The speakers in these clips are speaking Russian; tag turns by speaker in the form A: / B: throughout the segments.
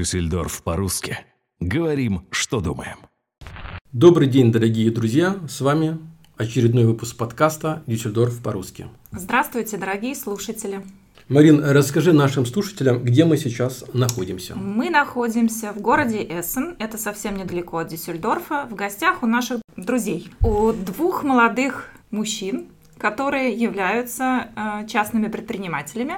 A: Дюссельдорф по-русски. Говорим, что думаем.
B: Добрый день, дорогие друзья! С вами очередной выпуск подкаста «Дюссельдорф по-русски».
C: Здравствуйте, дорогие слушатели.
B: Марин, расскажи нашим слушателям, где мы сейчас находимся.
C: Мы находимся в городе Эссен, это совсем недалеко от Дюссельдорфа, в гостях у наших друзей, у двух молодых мужчин, которые являются э, частными предпринимателями.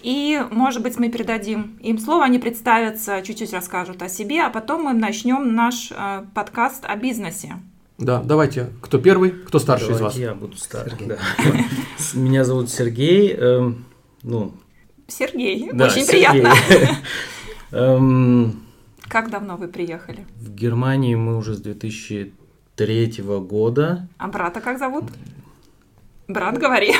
C: И, может быть, мы передадим им слово, они представятся, чуть-чуть расскажут о себе, а потом мы начнем наш э, подкаст о бизнесе.
B: Да, давайте, кто первый, кто старший из вас?
D: Давайте я буду старше. да. Меня зовут Сергей. эм, Ну,
C: Сергей,
D: да,
C: очень
D: Сергей.
C: приятно.
D: Эм,
C: Как давно вы приехали?
D: В Германии мы уже с 2003 года.
C: А брата как зовут? Брат, говори.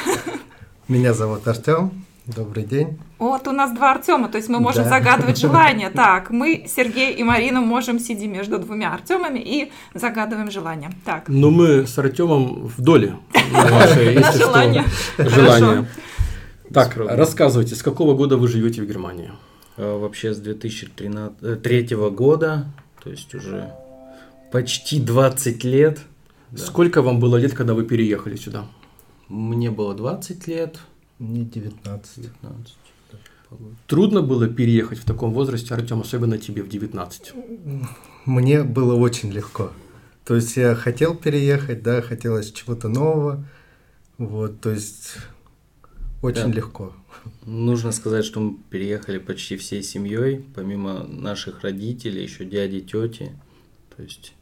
E: Меня зовут Артем. Добрый день.
C: Вот у нас два Артема, то есть мы можем
E: Да.
C: загадывать желание. Так, мы, Сергей и Марина, можем сидеть между двумя Артемами и загадываем желание. Так,
B: Ну, мы с Артемом в доле вашей,
C: на
B: если
C: желание.
B: что. Желание. Так,
D: Строго.
B: рассказывайте, с какого года вы живете в Германии?
D: Э, Вообще с 2003 э, года, то есть уже почти 20 лет. Да.
B: Сколько вам было лет, когда вы переехали сюда?
D: Мне было 20 лет.
E: Мне 19.
D: 19. даже побольше.
B: Трудно было переехать в таком возрасте, Артем, особенно тебе в 19.
E: Мне было очень легко. То есть я хотел переехать, да, хотелось чего-то нового. Вот, то есть очень
D: Да.
E: легко.
D: Нужно сказать, что мы переехали почти всей семьей, помимо наших родителей, еще дяди, тети. То есть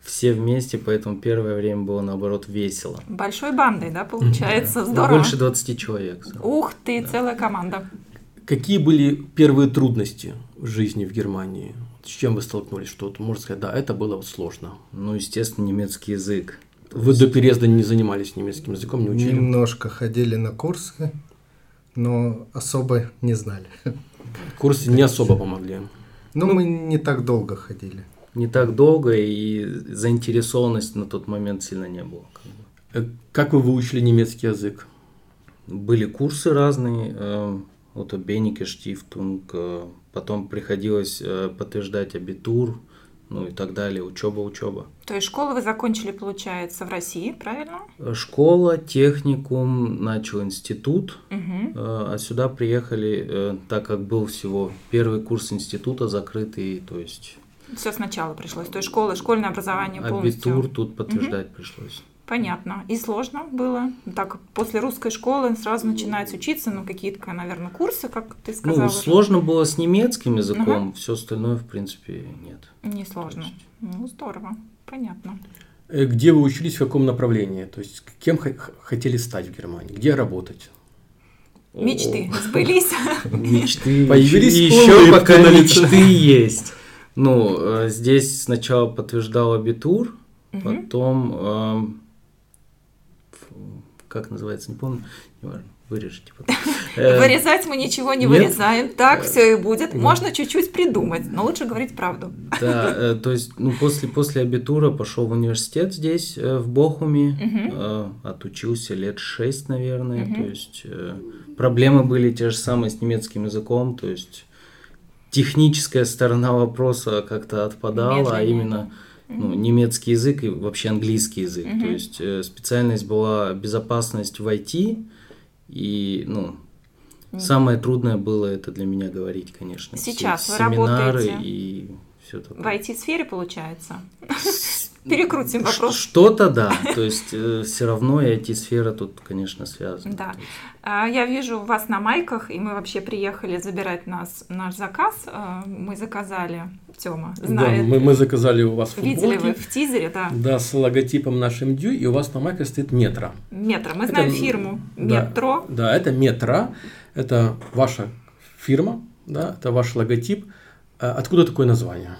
D: все вместе, поэтому первое время было наоборот весело.
C: Большой бандой, да, получается?
D: Да,
C: Здорово.
D: Больше 20 человек. сразу.
C: Ух ты, целая команда.
B: Какие были первые трудности в жизни в Германии? С чем вы столкнулись? Что вот можно сказать, да, это было вот сложно.
D: Ну, естественно, немецкий язык.
B: Вы до переезда не занимались немецким языком, не учили?
E: Немножко ходили на курсы, но особо не знали.
B: Курсы не особо помогли.
E: Но мы не так долго ходили.
D: Не так долго, и заинтересованности на тот момент сильно не было. как бы.
B: Э, Как вы выучили немецкий язык?
D: Были курсы разные, э, вот Беннике, Штифтунг, э, потом приходилось э, подтверждать абитур, ну и так далее, учеба, учеба.
C: То есть школу вы закончили, получается, в России, правильно?
D: Школа, техникум, начал институт, э,
C: Мгм.
D: а сюда приехали, э, так как был всего первый курс института закрытый, то есть
C: Все сначала пришлось. То есть школа, школьное образование полностью.
D: абитур тут подтверждать пришлось.
C: Понятно. И сложно было. Так, после русской школы сразу начинать учиться, ну, какие-то, наверное, курсы, как ты сказала.
D: Ну,
C: уже.
D: сложно было с немецким языком, все остальное, в принципе, нет.
C: Не сложно.
D: То есть-
C: Ну, здорово. Понятно.
B: Э, Где вы учились, в каком направлении? То есть, кем хо- х- хотели стать в Германии? Где работать?
C: Мечты сбылись.
D: Мечты.
B: Появились
D: еще
B: улыбки
D: пока
B: на лице.
D: мечты есть. Ну, э, здесь сначала подтверждал абитур,
C: Мгм.
D: потом, эм, фу, как называется, не помню, неважно, вырежете потом. Э,
C: Вырезать мы ничего не
D: нет.
C: вырезаем. Так все и будет.
B: да.
C: Можно чуть-чуть придумать, но лучше говорить правду.
D: Да, э, то есть, ну, после, после абитура пошел в университет здесь, э, в Бохуме,
C: Мгм.
D: э, отучился лет шесть, наверное,
C: Мгм.
D: то есть, э, проблемы были те же самые с немецким языком, то есть, техническая сторона вопроса как-то отпадала, а
C: Медленнее.
D: именно ну, немецкий язык и вообще английский язык.
C: Мгм.
D: То есть э, специальность была безопасность в IT, и ну,
C: Мгм.
D: самое трудное было это для меня говорить, конечно. все
C: Сейчас
D: эти
C: вы
D: семинары
C: работаете
D: и все такое.
C: В IT-сфере, получается. Перекрутим вопрос.
D: Ш- Что-то да, то есть все равно и IT-сфера тут, конечно, связана.
C: Да. А, Я вижу вас на майках, и мы вообще приехали забирать нас наш заказ. А, Мы заказали, Тёма
B: Да,
C: знает.
B: мы, мы заказали у вас
C: Видели вы
B: футболки.
C: в тизере, да,
B: Да, с логотипом нашим Дю, и у вас на майке стоит метро.
C: метро. Мы
B: Это,
C: знаем
B: м,
C: фирму
B: да.
C: Метро.
B: Да, это метро, это ваша фирма, да, это ваш логотип. А Откуда такое название?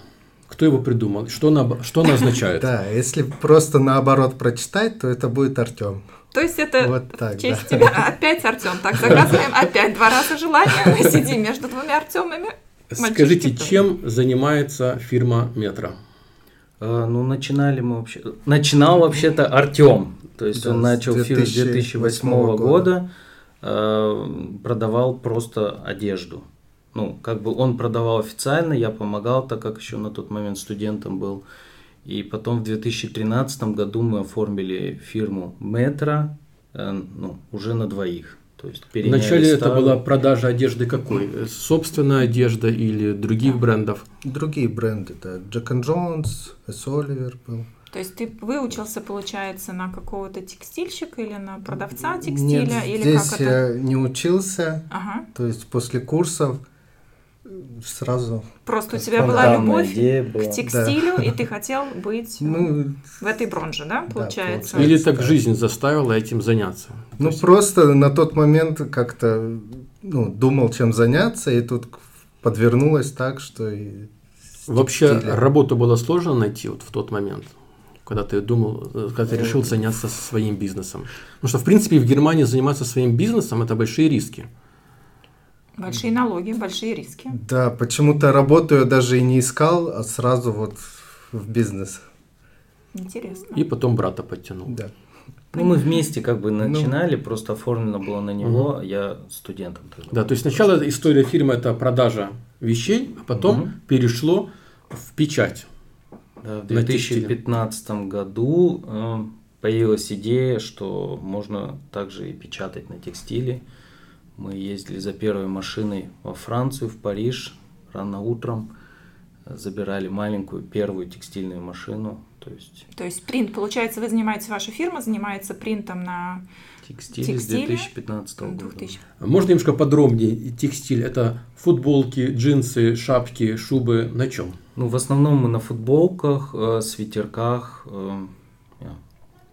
B: Кто его придумал? Что оно, что оно означает?
E: Да, если просто наоборот прочитать, то это будет Артем.
C: То есть это
E: Вот так,
C: в честь
E: да.
C: тебя опять Артем. Так, заказываем опять два раза желание. Мы сидим между двумя Артемами.
B: Скажите,
C: мальчишки-то.
B: чем занимается фирма метро?
D: Э, ну, начинали мы вообще... Начинал вообще-то Артем. То есть
E: Да,
D: он
E: с
D: начал фирму с
E: 2008
D: 2008
E: года.
D: года, э, продавал просто а, одежду. Ну, как бы он продавал официально, я помогал, так как еще на тот момент студентом был. И потом в 2013 году мы оформили фирму Метро, э, ну, уже на двоих. То есть переняли
B: Вначале это
D: старую.
B: была продажа одежды какой? Э, Собственная одежда или других брендов?
E: Другие бренды, да. Джек энд Джонс, Эс Оливер был.
C: То есть ты выучился, получается, на какого-то текстильщика или на продавца текстиля?
E: Нет,
C: или
E: здесь э,
C: как это?
E: я не учился.
C: Ага.
E: То есть после курсов э, сразу,
C: Просто у
E: Как
C: тебя была
D: Фонтанная
C: любовь
D: идея была.
C: к текстилю, и ты хотел быть э,
E: ну,
C: в этой бронже, да, получается?
E: получается.
B: Или
E: Да.
B: так жизнь заставила этим заняться?
E: ну просто на тот момент как-то ну, думал, чем заняться, и тут подвернулось так, что и с
B: Вообще
E: текстилем.
B: работу было сложно найти вот в тот момент, когда ты думал, э, когда ты решил заняться своим бизнесом. Потому что, в принципе, в Германии заниматься своим бизнесом – это большие риски.
C: Большие налоги, большие риски.
E: Да, почему-то работу я даже и не искал, а сразу вот в бизнес.
C: Интересно.
B: И потом брата подтянул.
E: Да.
D: Ну, мы вместе как бы
E: Ну.
D: начинали, просто оформлено было на него, я студентом тогда.
B: Да, то есть сначала история фирмы – это продажа вещей, а потом перешло в печать.
D: Да, в
B: На текстиле.
D: 2015 году э, появилась идея, что можно также и печатать на текстиле. Мы ездили за первой машиной во Францию, в Париж, рано утром. э, Забирали маленькую первую текстильную машину. То есть
C: То есть принт, получается, вы занимаетесь, ваша фирма занимается принтом на
D: текстиль с
C: Текстиле
D: 2015 года.
C: 2000.
B: Можно немножко подробнее И текстиль? Это футболки, джинсы, шапки, шубы. На чем?
D: Ну, в основном мы на футболках, э, свитерках. э, я-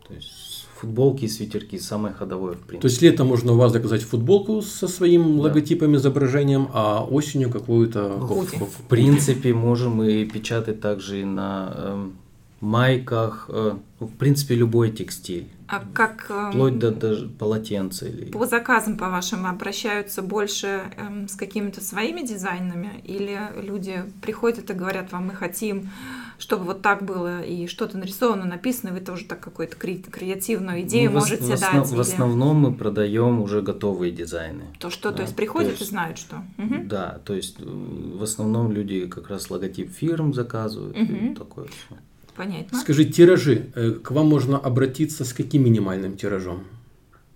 D: то есть футболки и свитерки самое ходовое, в принципе.
B: То есть летом можно у вас заказать футболку со своим логотипом, изображением, а осенью какую-то
C: Худи.
B: кофту.
D: В принципе, можем и печатать также и на эм, майках, э, ну, в принципе, любой текстиль,
C: А как эм,
D: вплоть до даже полотенца. Или...
C: по заказам, по-вашему, обращаются больше эм, с какими-то своими дизайнами? Или люди приходят и говорят вам, мы хотим, чтобы вот так было, и что-то нарисовано, написано, и вы тоже так какую-то кре- креативную идею
D: Ну, в ос-
C: можете
D: в, осно-
C: дать?
D: в
C: или
D: основном мы продаем уже готовые дизайны.
C: То что, то
D: Да,
C: есть
D: то
C: приходят и
D: есть-
C: знают, что... Мгм.
D: Да, то есть э, в основном люди как раз логотип фирм заказывают
C: Мгм.
D: и такое. всё.
C: Понятно.
B: Скажи, тиражи. э, К вам можно обратиться с каким минимальным тиражом?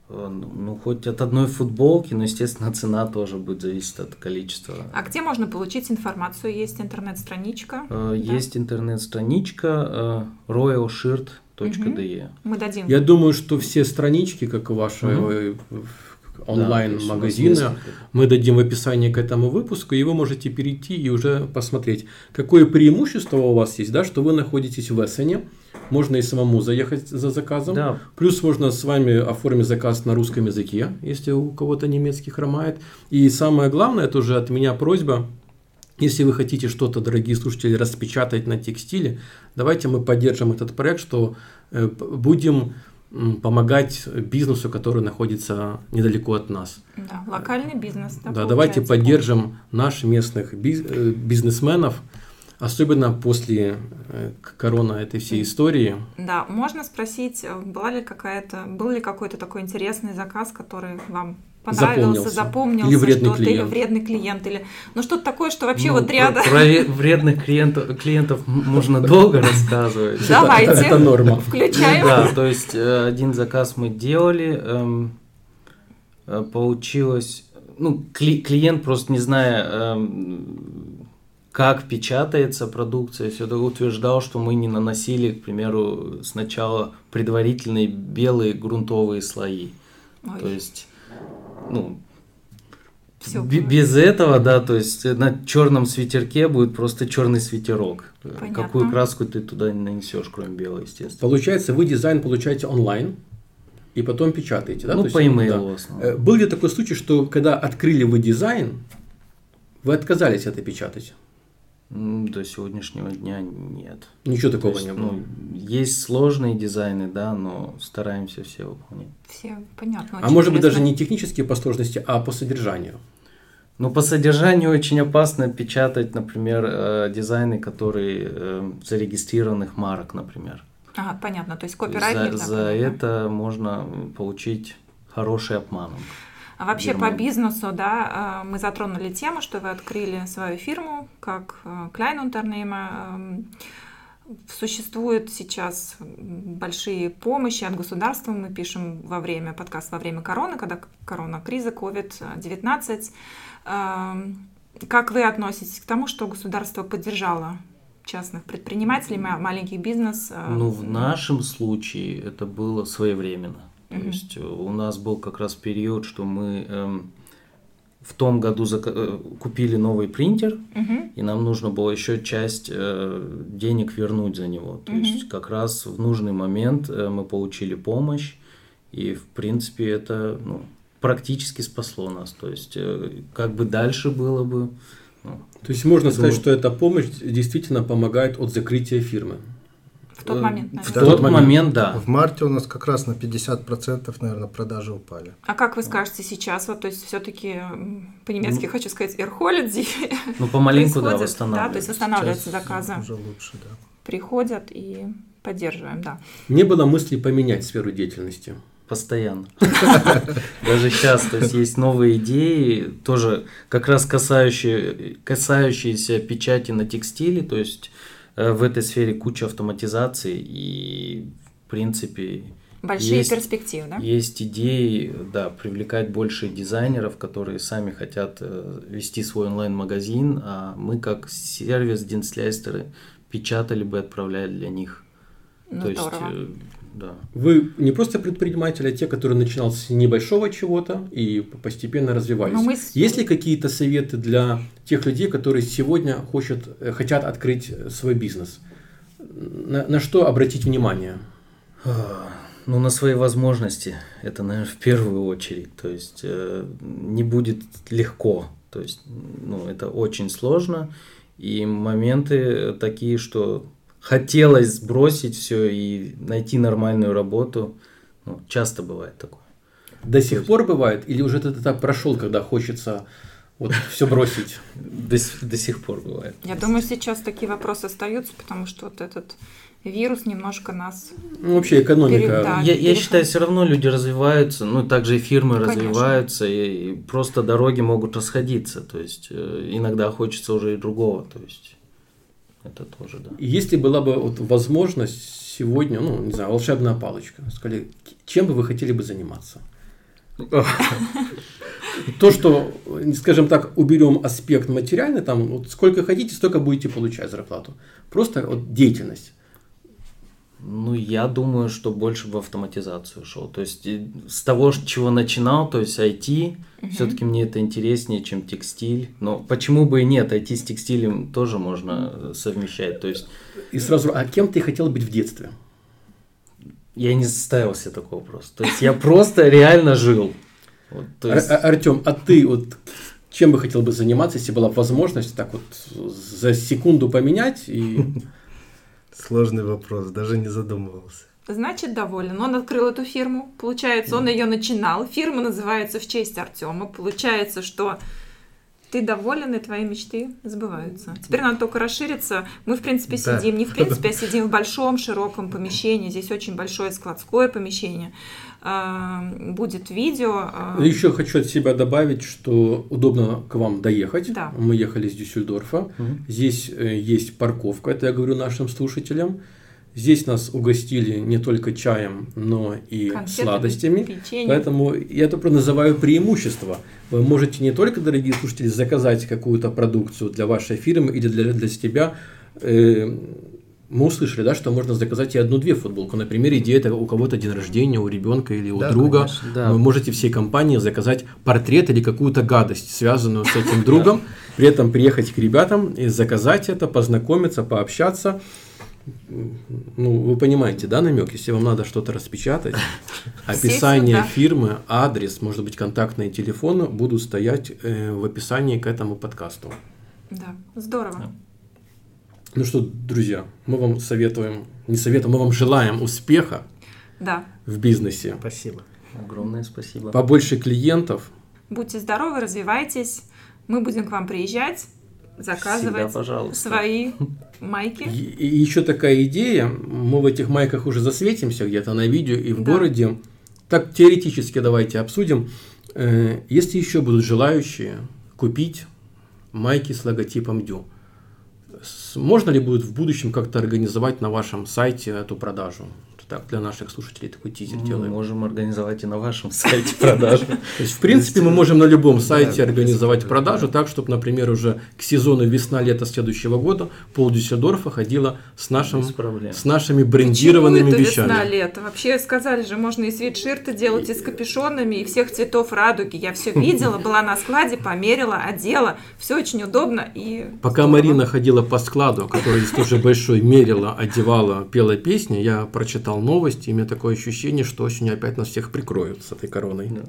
D: Э, Ну, ну, хоть от одной футболки, но, естественно, цена тоже будет зависеть от количества.
C: А где можно получить информацию? Есть интернет-страничка.
D: Э, Есть интернет-страничка э, royalshirt.de.
C: Мы дадим.
B: Я думаю, что все странички, как и ваши
D: Мгм.
B: э, в-
D: Да, то есть у нас
B: онлайн-магазины,
D: несколько.
B: мы дадим в описании к этому выпуску, и вы можете перейти и уже посмотреть, какое преимущество у вас есть, да, что вы находитесь в Эссене, можно и самому заехать за заказом,
D: Да,
B: Плюс можно с вами оформить заказ на русском языке, если у кого-то немецкий хромает. И самое главное, это уже от меня просьба, если вы хотите что-то, дорогие слушатели, распечатать на текстиле, давайте мы поддержим этот проект, что э, п- будем м, помогать бизнесу, который находится недалеко от нас.
C: Да, локальный бизнес.
B: Да, давайте
C: получается.
B: поддержим наших местных биз- э, бизнесменов, особенно после э, к- корона этой всей истории.
C: Да, можно спросить, э, была ли какая-то, был ли какой-то такой интересный заказ, который вам понравился,
B: Запомнился.
C: запомнился,
B: Или вредный
C: что-то, или
B: клиент.
C: вредный клиент, или ну что-то такое, что вообще
D: Ну,
C: вот
D: про-
C: рядом.
D: Про, вре- вредных клиентов, клиентов м- можно долго рассказывать.
C: Давайте.
B: Это, это норма.
C: Включаем.
D: Да, то есть э, один заказ мы делали, эм, э, получилось, ну кли- клиент просто не зная, эм, как печатается продукция, все такое утверждал, что мы не наносили, к примеру, сначала предварительные белые грунтовые слои.
C: Ой,
D: То есть, ну,
C: всё
D: Бе-
C: понятно.
D: Без этого, да, то есть э, на черном свитерке будет просто черный свитерок. Э,
C: Понятно.
D: Какую краску ты туда не нанесешь, кроме белой, естественно.
B: Получается, вы дизайн получаете онлайн и потом печатаете, да?
D: ну,
B: То есть,
D: по имейлу
B: да.
D: в
B: Э,
D: основном.
B: Был ли такой случай, что когда открыли вы дизайн, вы отказались это печатать?
D: М, До сегодняшнего дня нет.
B: Ничего
D: То
B: такого
D: есть,
B: не было. А
D: ну, есть сложные дизайны, да, но стараемся все выполнять.
C: Все понятно.
B: а
C: очень
B: может быть даже
C: интересно.
B: не технически по сложности, а по содержанию.
D: Но по содержанию очень опасно печатать, например, э, дизайны, которые э, зарегистрированных марок, например.
C: А, понятно, то есть
D: То есть
C: копирайт.
D: за
C: не так,
D: за
C: понятно.
D: это можно м, получить хороший обманом.
C: А вообще по
D: Германии.
C: бизнесу, да, э, мы затронули тему, что вы открыли свою фирму как э, Klein Unternehmer. Эм, Существуют сейчас м, большие помощи от государства. Мы пишем во время подкаст во время короны, когда к- корона криза, COVID-19. Эм, Как вы относитесь к тому, что государство поддержало частных предпринимателей, ма- маленький бизнес? э,
D: Ну, в нашем случае это было своевременно. То
C: Мгм.
D: есть э, у нас был как раз период, что мы эм, в том году зака- э, купили новый принтер,
C: Мгм.
D: и нам нужно было еще часть э, денег вернуть за него. То
C: Мгм.
D: есть как раз в нужный момент э, мы получили помощь, и в принципе это ну, практически спасло нас. То есть э, как бы дальше было бы... ну,
B: То есть можно
D: Я
B: сказать,
D: думаю-
B: что эта помощь действительно помогает от закрытия фирмы.
C: В тот
D: э,
C: момент,
D: В
C: наверное.
E: Да.
D: тот
B: тот момент.
D: момент, да.
E: В марте у нас как раз на 50%, наверное, продажи упали.
C: А как вы скажете сейчас? Вот, то есть все-таки по-немецки хочу сказать «Эрхолидзи»
D: Ну, помаленьку, да,
C: происходит,
D: восстанавливается.
C: да, то есть восстанавливаются
E: Сейчас
C: заказы,
E: Уже лучше, да.
C: приходят и поддерживаем, да.
B: Не было мысли поменять сферу деятельности.
D: Постоянно. Даже сейчас, то есть есть новые идеи, тоже как раз касающие, касающиеся печати на текстиле, то есть э, в этой сфере куча автоматизации и в принципе
C: Большие
D: Есть.
C: перспективы, да?
D: есть идеи, да, привлекать больше дизайнеров, которые сами хотят э, вести свой онлайн-магазин, а мы как сервис Динсляйстеры печатали бы, отправляли для них.
C: Ну,
D: то
C: здорово.
D: есть, э, да.
B: Вы не просто предприниматели, а те, которые начинал с небольшого чего-то и постепенно развивались.
C: Но Ну, мы с-
B: Есть ли какие-то советы для тех людей, которые сегодня хочет, э, хотят открыть э, свой бизнес? На, на что обратить внимание?
D: А, Ну, на свои возможности. Это, наверное, в первую очередь. То есть э, не будет легко. То есть, ну, это очень сложно. И моменты такие, что хотелось сбросить все и найти нормальную работу. Ну, часто бывает такое.
B: До сих пор бывает? Или уже этот этап прошел, когда хочется вот все бросить?
D: До, с- до сих пор бывает.
C: Я думаю, сейчас такие вопросы остаются, потому что вот этот вирус немножко нас...
B: Ну, вообще экономика.
C: Перед- да.
D: Я, я
C: переход.
D: считаю, все равно люди развиваются, ну также и фирмы
C: Конечно.
D: развиваются, и, и просто дороги могут расходиться. То есть э, иногда хочется уже и другого. То есть это тоже, да.
B: Если была бы вот возможность сегодня, ну, не знаю, волшебная палочка, сказали, чем бы вы хотели бы заниматься? То, что, скажем так, уберем аспект материальный, там, вот сколько хотите, столько будете получать зарплату. Просто вот деятельность.
D: Ну, я думаю, что больше в автоматизацию шел. То есть э, с того, с чего начинал, то есть IT, все-таки мне это интереснее, чем текстиль. Но почему бы и нет, IT с текстилем тоже можно э, совмещать. То есть
B: И сразу, а кем ты хотел быть в детстве?
D: я не ставил себе такой вопрос. То есть я просто реально жил. Вот, то есть-
B: Артем, а ты вот чем бы хотел бы заниматься, если была бы возможность так вот за секунду поменять и
E: Сложный вопрос, даже не задумывался.
C: Значит, доволен. Он открыл эту фирму. Получается, он ее начинал. Фирма называется в честь Артема. Получается, что ты доволен, и твои мечты сбываются. Теперь надо только расшириться. Мы, в принципе,
E: Да.
C: сидим, не в принципе, а сидим в большом, широком помещении. Здесь очень большое складское помещение. А, Будет видео. а,
B: Ну, Еще хочу от себя добавить, что удобно к вам доехать.
C: Да.
B: Мы ехали с Дюссельдорфа.
D: Мгм.
B: Здесь э, есть парковка, это я говорю нашим слушателям. Здесь нас угостили не только чаем, но и
C: конфеты,
B: сладостями.
C: печенье.
B: Поэтому я это про- называю преимущество. Вы можете не только, дорогие слушатели, заказать какую-то продукцию для вашей фирмы или для, для себя. Э, Мы услышали, да, что можно заказать и одну-две футболку. Например, идея это у кого-то день рождения, у ребенка или у
E: Да,
B: друга.
E: конечно.
D: Да.
B: Вы можете всей компании заказать портрет или какую-то гадость, связанную с этим другом, при этом приехать к ребятам и заказать это, познакомиться, пообщаться. Ну, вы понимаете, да, намек? Если вам надо что-то распечатать, описание
C: сюда.
B: фирмы, адрес, может быть, контактные телефоны будут стоять э, в описании к этому подкасту.
C: Да, здорово.
B: Ну что, друзья, мы вам советуем, не советуем, мы вам желаем успеха
C: Да.
B: в бизнесе,
E: Спасибо.
D: Огромное спасибо.
B: побольше клиентов,
C: Будьте здоровы, развивайтесь. Мы будем к вам приезжать, заказывать
D: Всегда пожалуйста.
C: свои майки.
B: И- И еще такая идея, мы в этих майках уже засветимся где-то на видео и в
C: Да.
B: городе. Так теоретически давайте обсудим. Э, Если еще будут желающие купить майки с логотипом Дю, с- можно ли будет в будущем как-то организовать на вашем сайте эту продажу? Так, для наших слушателей такой тизер
D: Мы
B: делаем.
D: можем организовать и на вашем сайте продажу.
B: То есть, в принципе, мы можем на любом сайте
E: да,
B: организовать
E: да,
B: продажу так, чтобы, например, уже к сезону весна-лето следующего года пол Дюссельдорфа ходила с, нашим,
D: Без проблем.
B: с нашими брендированными
C: Почему это
B: вещами.
C: весна-лето? Вообще сказали же, можно и свитширты делать, и с капюшонами, и всех цветов радуги. Я все видела, была на складе, померила, одела. Все очень удобно и...
B: Пока Марина ходила по складу, которая здесь тоже большой, мерила, одевала, пела песни, я прочитал новости, и у меня такое ощущение, что очень опять нас всех прикроют с этой короной.
D: Да.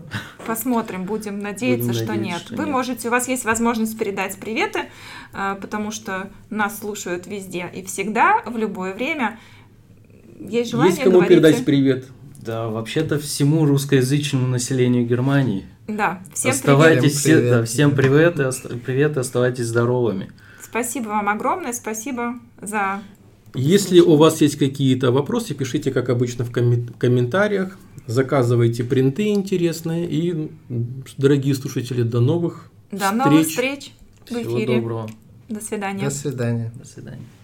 C: Посмотрим, будем надеяться,
D: Будем
C: что
D: надеяться,
C: нет.
D: что
C: Вы
D: нет.
C: можете, у вас есть возможность передать приветы, э, потому что нас слушают везде и всегда, в любое время. Есть желание,
B: Есть кому
C: говорите.
B: передать привет.
D: Да, вообще-то всему русскоязычному населению Германии.
C: Да, всем привет.
D: оставайтесь
E: Всем
D: все- да,
E: привет.
D: всем привет, и ост- привет, и оставайтесь здоровыми.
C: Спасибо вам огромное, спасибо за
B: Если у вас есть какие-то вопросы, пишите, как обычно, в коммен- комментариях. Заказывайте принты интересные. И, м, дорогие слушатели, до новых
C: до новых
B: встреч.
C: встреч в
D: Всего
C: эфире.
D: доброго.
C: До свидания.
E: До свидания.
D: До свидания.